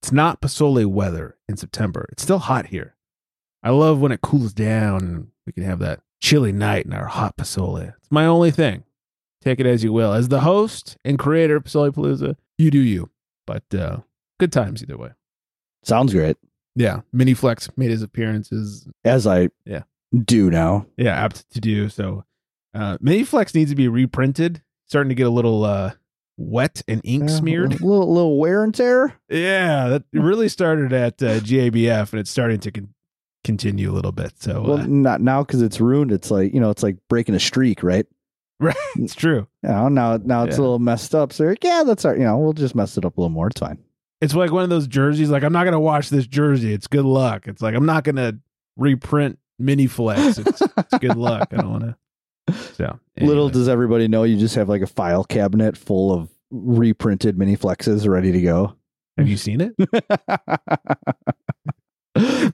Speaker 1: It's not Pasole weather in September. It's still hot here. I love when it cools down and we can have that chilly night in our hot Pasole. It's my only thing. Take it as you will. As the host and creator of Pasole Palooza, you do you. But uh, good times either way.
Speaker 2: sounds great.
Speaker 1: Yeah. Mini Flex made his appearances.
Speaker 2: As I
Speaker 1: Yeah.
Speaker 2: do now.
Speaker 1: Yeah, apt to do. So uh, Mini Flex needs to be reprinted. Starting to get a little uh, wet and ink
Speaker 2: Yeah,
Speaker 1: smeared.
Speaker 2: a little little wear and tear.
Speaker 1: Yeah, that really started at uh, GABF and it's starting to con- continue a little bit. So
Speaker 2: Well,
Speaker 1: uh,
Speaker 2: not now because it's ruined. It's like you know, it's like breaking a streak, right?
Speaker 1: it's true.
Speaker 2: You know, now now it's
Speaker 1: Yeah.
Speaker 2: a little messed up. So like, yeah, that's our. You know, we'll just mess it up a little more. It's fine.
Speaker 1: it's like one of those jerseys like i'm not gonna wash this jersey it's good luck it's like i'm not gonna reprint mini flex it's, it's good luck i don't wanna so
Speaker 2: Little
Speaker 1: anyway.
Speaker 2: does everybody know, you just have like a file cabinet full of reprinted mini flexes ready to go.
Speaker 1: have you seen it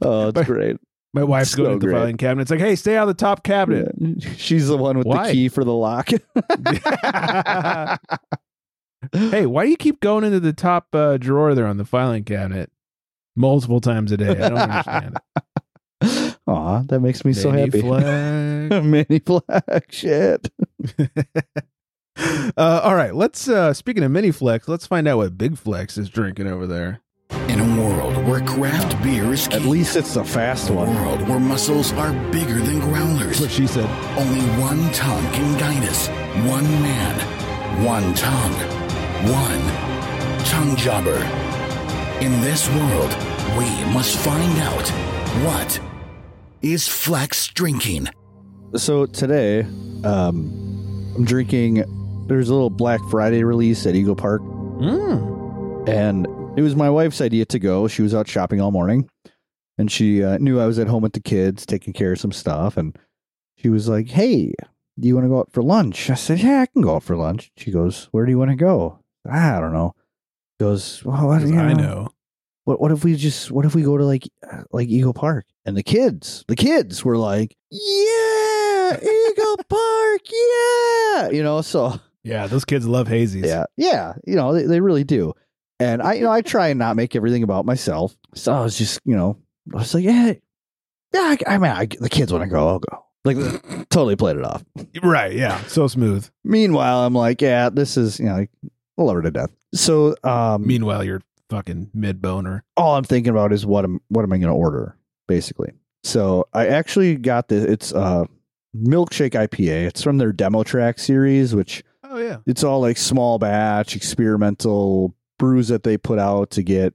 Speaker 2: oh, it's great.
Speaker 1: my wife's
Speaker 2: So
Speaker 1: going to the
Speaker 2: great.
Speaker 1: filing cabinet it's like hey stay out of the top cabinet
Speaker 2: She's the one with
Speaker 1: Why?
Speaker 2: the key for the lock.
Speaker 1: hey why do you keep going into the top uh, drawer there on the filing cabinet multiple times a day i don't understand it.
Speaker 2: Aw, that makes me so
Speaker 1: Mini
Speaker 2: happy.
Speaker 1: Flex.
Speaker 2: mini flex shit.
Speaker 1: uh, all right, let's. Uh, speaking of mini flex, let's find out what Big Flex is drinking over there.
Speaker 5: In a world where craft beer is
Speaker 2: At
Speaker 5: king,
Speaker 2: least it's the fast
Speaker 5: a
Speaker 2: one.
Speaker 5: world where muscles are bigger than growlers,
Speaker 1: That's what she said.
Speaker 5: only one tongue can guide us. One man, one tongue, one tongue jobber. In this world, we must find out what is Flex drinking.
Speaker 2: So today, um, I'm drinking. There's a little Black Friday release at Eagle Park,
Speaker 1: Mm.
Speaker 2: and it was my wife's idea to go. She was out shopping all morning, and she uh, knew I was at home with the kids, taking care of some stuff, and she was like, "Hey, do you want to go out for lunch?" I said, "Yeah, I can go out for lunch." She goes, "Where do you want to go?" I don't know. Goes, well, what,
Speaker 1: 'Cause
Speaker 2: you
Speaker 1: I know.
Speaker 2: what what if we just what if we go to like uh, like Eagle Park and the kids the kids were like yeah Eagle Park yeah you know so
Speaker 1: Yeah, those kids love hazies.
Speaker 2: yeah yeah you know they, they really do and I you know I try and not make everything about myself so I was just you know I was like yeah yeah I, I mean I, the kids want to go I'll go like totally played it off
Speaker 1: Right. Yeah. So smooth.
Speaker 2: meanwhile I'm like yeah this is you know like, I love her to death so um
Speaker 1: Meanwhile, you're fucking mid boner.
Speaker 2: all I'm thinking about is what am what am I going to order basically. So I actually got this. It's uh, milkshake IPA. It's from their demo track series, which
Speaker 1: Oh yeah.
Speaker 2: it's all like small batch experimental brews that they put out to get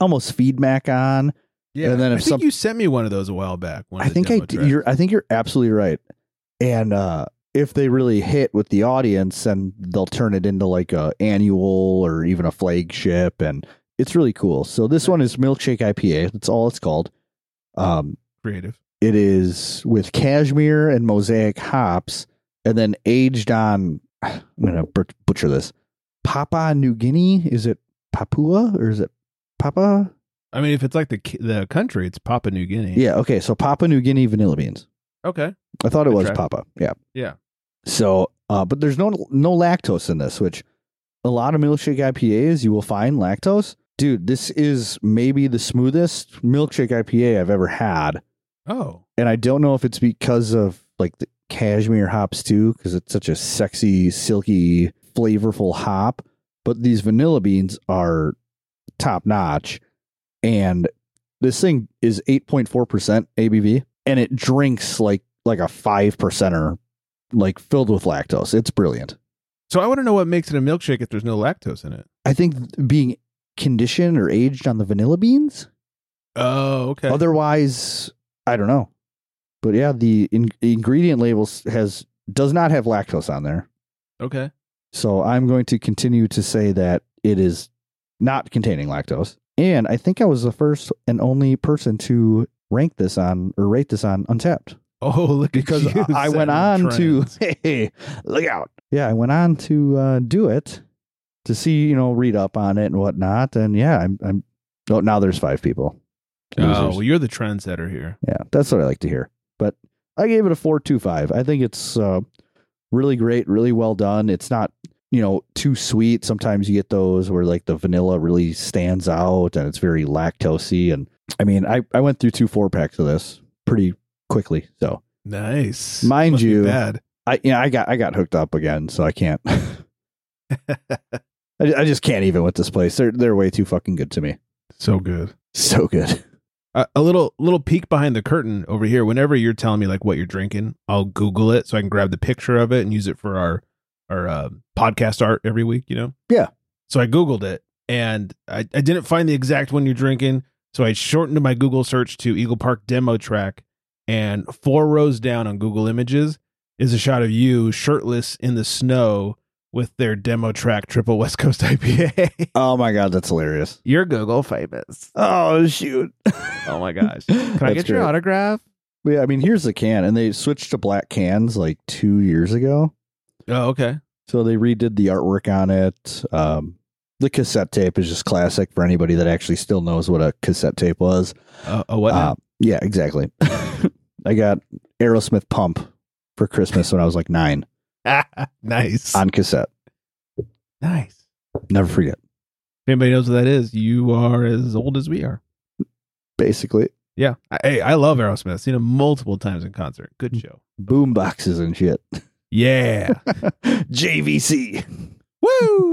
Speaker 2: almost feedback on.
Speaker 1: Yeah.
Speaker 2: And then
Speaker 1: I
Speaker 2: if
Speaker 1: think
Speaker 2: some-
Speaker 1: you sent me one of those a while back. one of
Speaker 2: I
Speaker 1: the
Speaker 2: think I
Speaker 1: demo
Speaker 2: d-
Speaker 1: tracks.
Speaker 2: you're I think you're absolutely right. And uh, if they really hit with the audience, then they'll turn it into like a annual or even a flagship, and it's really cool. So this one is milkshake IPA. That's all it's called. Um,
Speaker 1: creative.
Speaker 2: it is with cashmere and mosaic hops, and then aged on. I'm gonna but- butcher this. Papua New Guinea. Is it Papua or is it Papa?
Speaker 1: I mean, if it's like the ki- the country, it's Papua New Guinea.
Speaker 2: Yeah. Okay. So Papua New Guinea vanilla beans.
Speaker 1: Okay.
Speaker 2: I thought it
Speaker 1: Good
Speaker 2: was
Speaker 1: try.
Speaker 2: Papa. Yeah.
Speaker 1: Yeah.
Speaker 2: So, uh, but there's no no lactose in this, which a lot of milkshake IPAs you will find lactose. Dude, this is maybe the smoothest milkshake IPA I've ever had,
Speaker 1: Oh.
Speaker 2: and I don't know if it's because of like the cashmere hops too, because it's such a sexy, silky, flavorful hop. But these vanilla beans are top notch, and this thing is 8.4% ABV, and it drinks like like a five percenter, like filled with lactose. It's brilliant.
Speaker 1: So I want to know what makes it a milkshake if there's no lactose in it.
Speaker 2: I think being conditioned or aged on the vanilla beans.
Speaker 1: Oh, okay.
Speaker 2: Otherwise, I don't know. But yeah, the in- ingredient labels has does not have lactose on there.
Speaker 1: okay.
Speaker 2: So I'm going to continue to say that it is not containing lactose. And I think I was the first and only person to rank this on or rate this on Untapped
Speaker 1: Oh, look
Speaker 2: because
Speaker 1: at you,
Speaker 2: I, I went
Speaker 1: setting
Speaker 2: on to
Speaker 1: trends.
Speaker 2: hey, look out. Yeah, I went on to uh, do it to see you know read up on it and whatnot. And yeah, I'm I'm oh, now there's five people.
Speaker 1: Oh,
Speaker 2: Losers.
Speaker 1: well, you're the trendsetter here.
Speaker 2: Yeah, that's what I like to hear. But I gave it a four two five. I think it's uh, really great, really well done. It's not you know too sweet. Sometimes you get those where like the vanilla really stands out and it's very lactosey. And I mean, I I went through two four packs of this pretty quickly, so
Speaker 1: Nice.
Speaker 2: Mind
Speaker 1: Must be
Speaker 2: you-
Speaker 1: bad.
Speaker 2: I yeah I got I got hooked up again, so I can't. I, I just can't even with this place. They're they're way too fucking good to me.
Speaker 1: So good.
Speaker 2: So good.
Speaker 1: a, a little little peek behind the curtain over here. Whenever you're telling me like what you're drinking, I'll Google it so I can grab the picture of it and use it for our our uh, podcast art every week. You know?
Speaker 2: Yeah.
Speaker 1: So I Googled it and I, I didn't find the exact one you're drinking, so I shortened my Google search to Eagle Park demo track, and four rows down on Google Images is a shot of you shirtless in the snow with their demo track triple West Coast IPA.
Speaker 2: Oh my god, that's hilarious.
Speaker 1: you're Google famous.
Speaker 2: Oh shoot.
Speaker 1: Oh my gosh.
Speaker 2: Can
Speaker 1: Can I get your autograph?
Speaker 2: Yeah, I mean, here's the can, and they switched to black cans like two years ago.
Speaker 1: Oh, okay.
Speaker 2: So they redid the artwork on it. Um, the cassette tape is just classic for anybody that actually still knows what a cassette tape was.
Speaker 1: Uh, a what?
Speaker 2: Uh, yeah, exactly. I got Aerosmith Pump for Christmas when I was like nine
Speaker 1: now? nice.
Speaker 2: on cassette.
Speaker 1: nice.
Speaker 2: Never forget.
Speaker 1: If anybody knows what that is, you are as old as we are.
Speaker 2: Basically,
Speaker 1: Yeah. I- Hey, I love Aerosmith. Seen them multiple times in concert. Good show.
Speaker 2: boom boxes and shit.
Speaker 1: Yeah.
Speaker 2: JVC.
Speaker 1: Woo.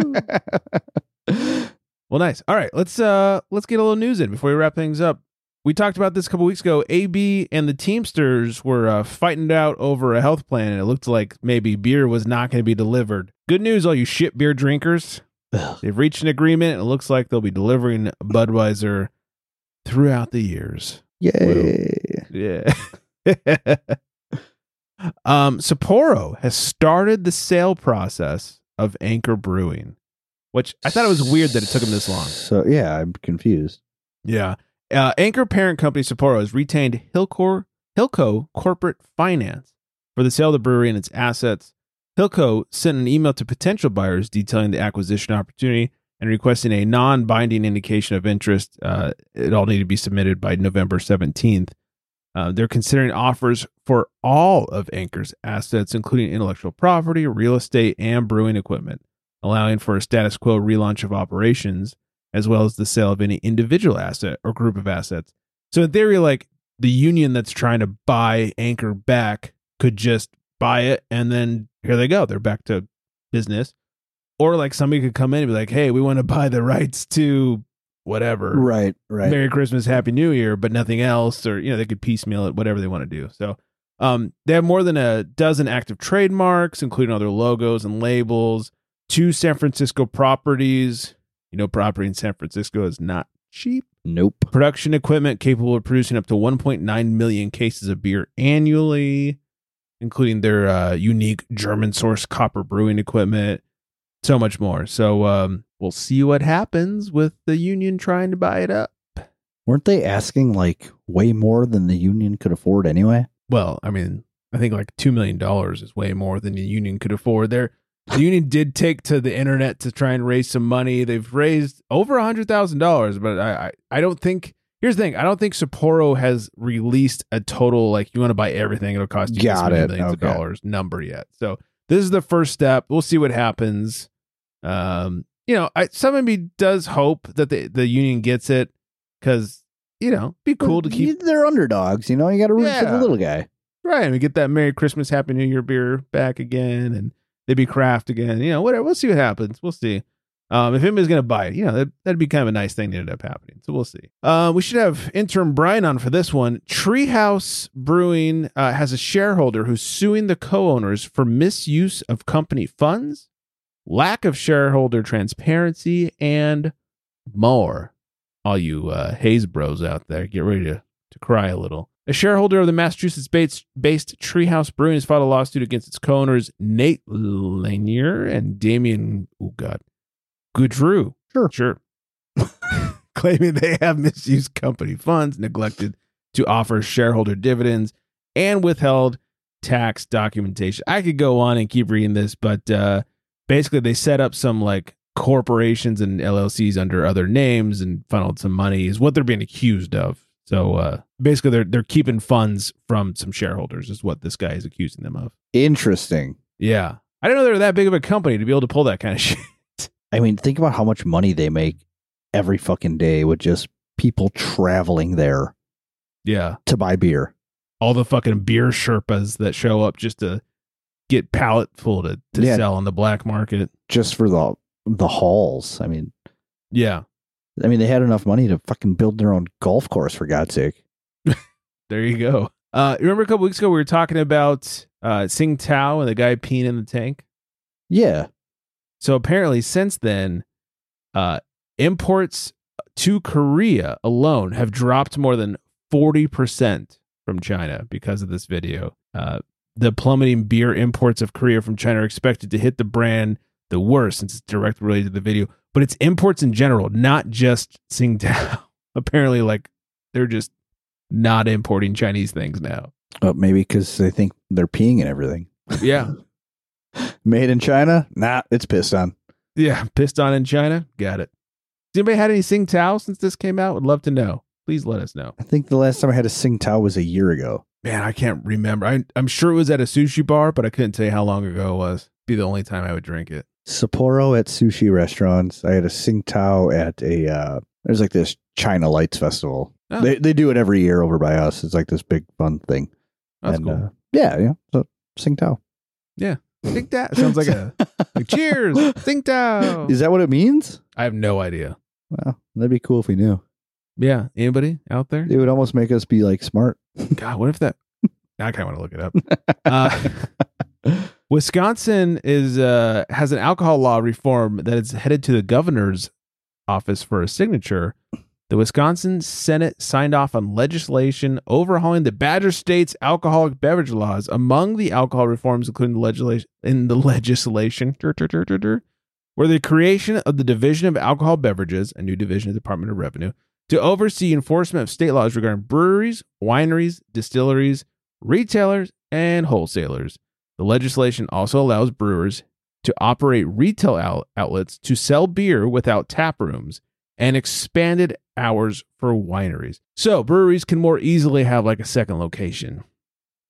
Speaker 1: Well, nice. All right, let's uh let's get a little news in before we wrap things up. We talked about this a couple weeks ago. AB and the Teamsters were uh, fighting it out over a health plan, and it looked like maybe beer was not going to be delivered. Good news, all you shit beer drinkers.
Speaker 2: Ugh.
Speaker 1: They've reached an agreement, and it looks like they'll be delivering Budweiser throughout the years.
Speaker 2: Yay.
Speaker 1: Yeah. um, Sapporo has started the sale process of Anchor Brewing, which I thought it was weird that it took them this long.
Speaker 2: So yeah, I'm confused.
Speaker 1: Yeah. Uh, Anchor parent company Sapporo has retained Hilcor, Hilco Corporate Finance for the sale of the brewery and its assets. Hilco sent an email to potential buyers detailing the acquisition opportunity and requesting a non binding indication of interest. Uh, it all needed to be submitted by November 17th. Uh, they're considering offers for all of Anchor's assets, including intellectual property, real estate, and brewing equipment, allowing for a status quo relaunch of operations as well as the sale of any individual asset or group of assets. So in theory, like the union that's trying to buy Anchor back could just buy it and then here they go. They're back to business. Or like somebody could come in and be like, hey, we want to buy the rights to whatever.
Speaker 2: Right, right.
Speaker 1: Merry Christmas, Happy New Year, but nothing else, or you know, they could piecemeal it, whatever they want to do. So um they have more than a dozen active trademarks, including other logos and labels, two San Francisco properties. You know, property in San Francisco is not cheap.
Speaker 2: Nope.
Speaker 1: Production equipment capable of producing up to 1.9 million cases of beer annually, including their uh, unique German source copper brewing equipment, so much more. So um, we'll see what happens with the union trying to buy it up.
Speaker 2: Weren't they asking like way more than the union could afford anyway?
Speaker 1: well, I mean, I think like two million dollars is way more than the union could afford. There, the union did take to the internet to try and raise some money. They've raised over a hundred thousand dollars, but I, I, I don't think Here's the thing: I don't think Sapporo has released a total like you want to buy everything; it'll cost you
Speaker 2: Got
Speaker 1: this many
Speaker 2: it.
Speaker 1: millions of
Speaker 2: Okay.
Speaker 1: dollars number yet. So this is the first step. We'll see what happens. Um, you know, I, some of me does hope that the the union gets it because you know, be cool to keep
Speaker 2: They're underdogs, you know. You got to root for
Speaker 1: Yeah.
Speaker 2: the little guy.
Speaker 1: Right. And we get that Merry Christmas, Happy New Year beer back again and they be craft again. You know, whatever. We'll see what happens. We'll see. Um, if anybody's going to buy it, you know, that, that'd be kind of a nice thing to end up happening. So we'll see. Uh, we should have interim Brian on for this one. Treehouse Brewing uh, has a shareholder who's suing the co owners for misuse of company funds, lack of shareholder transparency, and more. All you uh, haze bros out there, get ready to to cry a little. A shareholder of the Massachusetts based, based Treehouse Brewing has filed a lawsuit against its co owners, Nate Lanier and Damien, oh God, Goudreau.
Speaker 2: Sure.
Speaker 1: Sure. Claiming they have misused company funds, neglected to offer shareholder dividends, and withheld tax documentation. I could go on and keep reading this, but uh, basically they set up some like corporations and LLCs under other names and funneled some money is what they're being accused of. So uh, basically they're they're keeping funds from some shareholders is what this guy is accusing them of.
Speaker 2: Interesting.
Speaker 1: Yeah. I didn't know they were that big of a company to be able to pull that kind of shit.
Speaker 2: I mean, think about how much money they make every fucking day with just people traveling there
Speaker 1: Yeah.
Speaker 2: to buy beer.
Speaker 1: All the fucking beer Sherpas that show up just to get pallet full to, to
Speaker 2: Yeah.
Speaker 1: sell on the black market.
Speaker 2: just for the the halls. I mean,
Speaker 1: Yeah.
Speaker 2: I mean they had enough money to fucking build their own golf course for God's sake.
Speaker 1: There you go. Uh, remember a couple weeks ago we were talking about uh, Sing Tao and the guy peeing in the tank?
Speaker 2: Yeah,
Speaker 1: So apparently, since then, uh, imports to Korea alone have dropped more than 40% from China because of this video. Uh, the plummeting beer imports of Korea from China are expected to hit the brand the worst since it's directly related to the video, but it's imports in general, not just Tsingtao. apparently, like they're just not importing Chinese things now.
Speaker 2: but maybe because they think they're peeing and everything.
Speaker 1: Yeah.
Speaker 2: Made in China? Nah, it's pissed on.
Speaker 1: Yeah, pissed on in China. Got it. Has anybody had any Sing Tao since this came out? Would love to know. Please let us know.
Speaker 2: I think the last time I had a Sing Tao was a year ago.
Speaker 1: Man, I can't remember. I, I'm sure it was at a sushi bar, but I couldn't tell you how long ago it was. Be the only time I would drink it.
Speaker 2: Sapporo at sushi restaurants. I had a Sing Tao at a uh there's like this China Lights Festival.
Speaker 1: Oh.
Speaker 2: They they do it every year over by us. It's like this big fun thing.
Speaker 1: That's
Speaker 2: And,
Speaker 1: cool.
Speaker 2: uh, yeah, yeah. So Sing Tao. uh,
Speaker 1: I think that sounds like a like, cheers. Sing Tao.
Speaker 2: Is that what it means?
Speaker 1: I have no idea.
Speaker 2: Well, that'd be cool if we knew.
Speaker 1: Yeah, anybody out there?
Speaker 2: It would almost make us be like smart.
Speaker 1: God, what if that? Now I kind of want to look it up. Uh, Wisconsin is uh, has an alcohol law reform that is headed to the governor's office for a signature. The Wisconsin Senate signed off on legislation overhauling the Badger State's alcoholic beverage laws. Among the alcohol reforms, including the legislation in the legislation, dur, dur, dur, dur, dur, were the creation of the Division of Alcohol Beverages, a new division of the Department of Revenue, to oversee enforcement of state laws regarding breweries, wineries, distilleries, retailers, and wholesalers. The legislation also allows brewers to operate retail out- outlets to sell beer without tap rooms and expanded hours for wineries. So breweries can more easily have like a second location.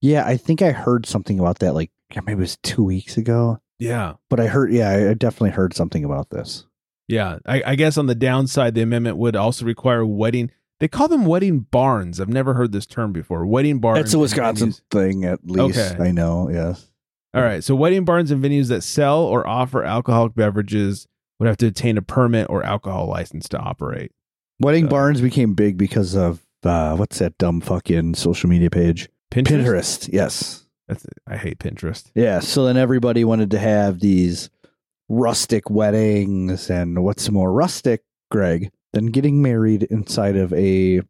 Speaker 2: Yeah, I think I heard something about that. Like yeah, maybe it was two weeks ago.
Speaker 1: Yeah.
Speaker 2: But I heard, yeah, I I definitely heard something about this.
Speaker 1: Yeah. I, I guess on the downside, the amendment would also require wedding. They call them wedding barns. I've never heard this term before. Wedding barns.
Speaker 2: It's a
Speaker 1: and
Speaker 2: Wisconsin
Speaker 1: venues-
Speaker 2: thing, at least
Speaker 1: Okay.
Speaker 2: I know. Yes,
Speaker 1: All right. So wedding barns and venues that sell or offer alcoholic beverages would have to obtain a permit or alcohol license to operate.
Speaker 2: wedding
Speaker 1: Uh,
Speaker 2: barns became big because of uh, what's that dumb fucking social media page?
Speaker 1: Pinterest.
Speaker 2: Pinterest. Yes,
Speaker 1: That's I hate Pinterest.
Speaker 2: yeah. So then everybody wanted to have these rustic weddings, and what's more rustic, Greg, than getting married inside of a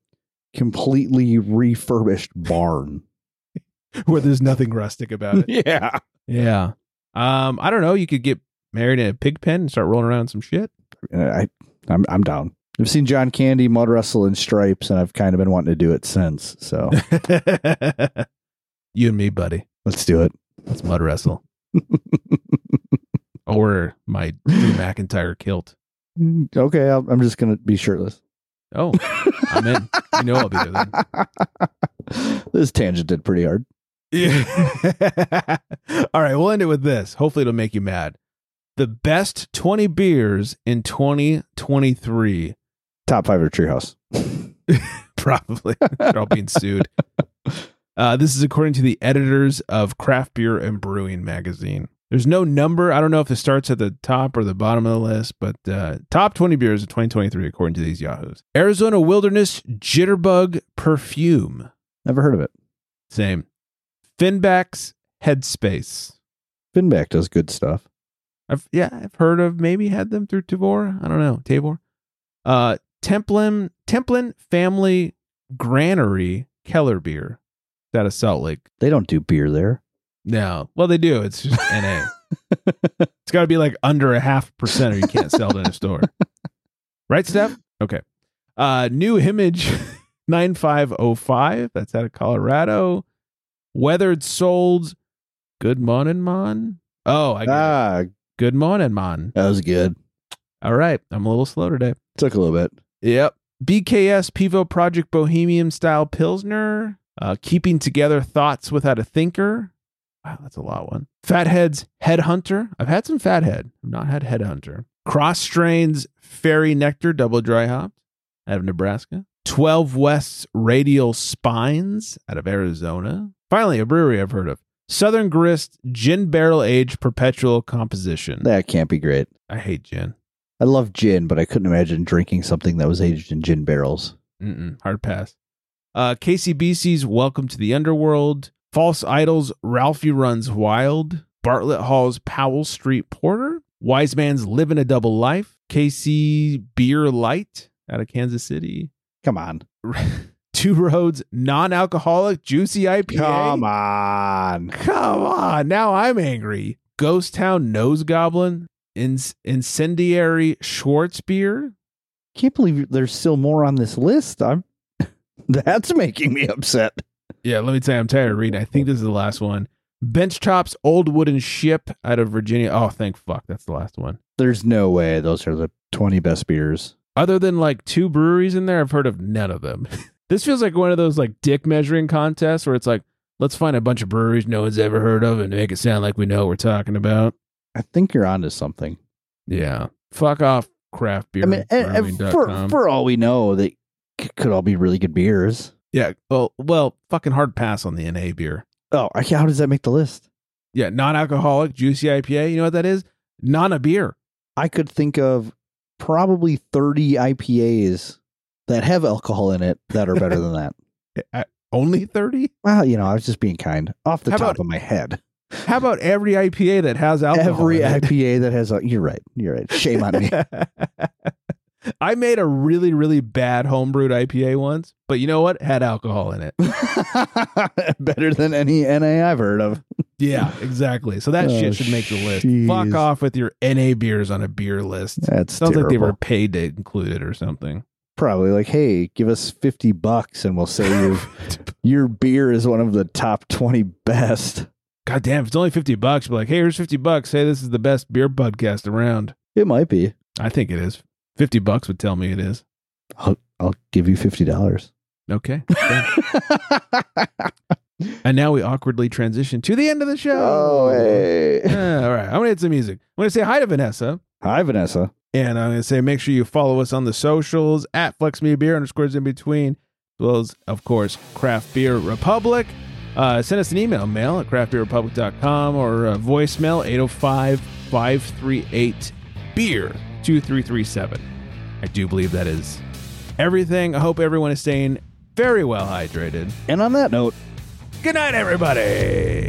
Speaker 2: completely refurbished barn?
Speaker 1: Where there's nothing rustic about it.
Speaker 2: yeah.
Speaker 1: yeah. Um, I don't know. You could get married in a pig pen and start rolling around in some shit.
Speaker 2: Uh, I I'm I'm down. I've seen John Candy mud wrestle in stripes, and I've kind of been wanting to do it since. So
Speaker 1: you and me, buddy.
Speaker 2: let's do it.
Speaker 1: Let's mud wrestle. or my Drew McIntyre kilt.
Speaker 2: Mm, Okay, I'll, I'm just gonna be shirtless.
Speaker 1: Oh, I'm in. You know I'll be there then.
Speaker 2: this tangent did pretty hard.
Speaker 1: Yeah. All right, we'll end it with this. Hopefully, it'll make you mad. The best 20 beers in 2023,
Speaker 2: Top five of Treehouse.
Speaker 1: probably. They're all being sued. Uh, this is according to the editors of Craft Beer and Brewing magazine. There's no number. I don't know if it starts at the top or the bottom of the list, but uh, top 20 beers of 2023, according to these Yahoos. Arizona Wilderness Jitterbug Perfume.
Speaker 2: Never heard of it.
Speaker 1: Same. Finback's Headspace.
Speaker 2: Finback does good stuff.
Speaker 1: I've yeah, I've heard of maybe had them through Tavor. I don't know Tavor. Uh, Templin Templin Family Granary Keller Beer, It's out of Salt Lake.
Speaker 2: They don't do beer there.
Speaker 1: No, well they do. It's just NA. It's got to be like under a half percent, or you can't sell it in a store. Right, Steph? Okay. Uh, new image nine five zero five. That's out of Colorado. Weathered Souls. Good morning, mon. Oh, I get it.
Speaker 2: ah,
Speaker 1: Good morning, mon.
Speaker 2: that was good.
Speaker 1: All right, I'm a little slow today.
Speaker 2: Took a little bit.
Speaker 1: Yep. BKS Pivo Project Bohemian Style Pilsner. Uh, keeping together thoughts without a thinker. Wow, that's a lot one. Fathead's Headhunter. I've had some Fathead. I've not had Headhunter. Cross Strains Fairy Nectar Double Dry Hopped out of Nebraska. 12 West's Radial Spines out of Arizona. Finally, a brewery I've heard of. Southern Grist Gin Barrel Age Perpetual Composition.
Speaker 2: That can't be great.
Speaker 1: I hate gin.
Speaker 2: I love gin, but I couldn't imagine drinking something that was aged in gin barrels.
Speaker 1: Mm-mm, hard pass. Uh, KCBC's Welcome to the Underworld. False Idols, Ralphie Runs Wild. Bartlett Hall's Powell Street Porter. Wise Man's Living a Double Life. KC Beer Light out of Kansas City.
Speaker 2: Come on.
Speaker 1: Two Roads Non Alcoholic Juicy IPA.
Speaker 2: Come on.
Speaker 1: Come on. Now I'm angry. Ghost Town Nose Goblin. Inc- incendiary Schwartz Beer.
Speaker 2: Can't believe there's still more on this list. I'm that's making me upset.
Speaker 1: Yeah, let me tell you, I'm tired of reading. I think this is the last one. Bench Tops Old Wooden Ship out of Virginia. Oh, thank fuck. That's the last one.
Speaker 2: There's no way those are the 20 best beers.
Speaker 1: Other than like two breweries in there, I've heard of none of them. this feels like one of those like dick measuring contests where it's like, let's find a bunch of breweries no one's ever heard of and make it sound like we know what we're talking about.
Speaker 2: I think you're onto something.
Speaker 1: Yeah. Fuck off, craft beer.
Speaker 2: I mean, and- and for, for all we know, they c- could all be really good beers.
Speaker 1: yeah. Well, well, fucking hard pass on the NA beer.
Speaker 2: Oh, I, how does that make the list?
Speaker 1: Yeah. Non alcoholic, juicy IPA. You know what that is? Not a beer.
Speaker 2: I could think of probably 30 IPAs that have alcohol in it that are better than that.
Speaker 1: Uh, Only 30?
Speaker 2: Well, you know, I was just being kind off the
Speaker 1: How
Speaker 2: top
Speaker 1: about-
Speaker 2: of my head.
Speaker 1: How about every IPA that has alcohol?
Speaker 2: Every
Speaker 1: in it?
Speaker 2: IPA that has a, you're right, you're right. Shame on me.
Speaker 1: I made a really, really bad homebrewed IPA once, but you know what? Had alcohol in it.
Speaker 2: better than any NA I've heard of.
Speaker 1: Yeah, exactly. So that
Speaker 2: Oh,
Speaker 1: shit should make the list.
Speaker 2: jeez.
Speaker 1: Fuck off with your NA beers on a beer list.
Speaker 2: That's
Speaker 1: Sounds like they
Speaker 2: terrible.
Speaker 1: were paid to include it or something.
Speaker 2: probably like, hey, give us 50 bucks and we'll say you your beer is one of the top 20 best.
Speaker 1: God damn, if it's only 50 bucks, be like, hey, here's 50 bucks. Hey, this is the best beer podcast around.
Speaker 2: It might be.
Speaker 1: I think it is. 50 bucks would tell me it is.
Speaker 2: I'll, I'll give you $50.
Speaker 1: Okay. and now we awkwardly transition to the end of the show.
Speaker 2: Oh, hey.
Speaker 1: Yeah, all right. I'm gonna hit some music. I'm gonna say hi to Vanessa.
Speaker 2: Hi, Vanessa.
Speaker 1: And I'm gonna say make sure you follow us on the socials at Flex Me Beer underscores in between, as well as of course Craft Beer Republic. Uh, send us an email, mail at craftbeerrepublic.com or uh, voicemail 805 538 beer 2337. I do believe that is everything. I hope everyone is staying very well hydrated.
Speaker 2: And on that note,
Speaker 1: Good night, everybody.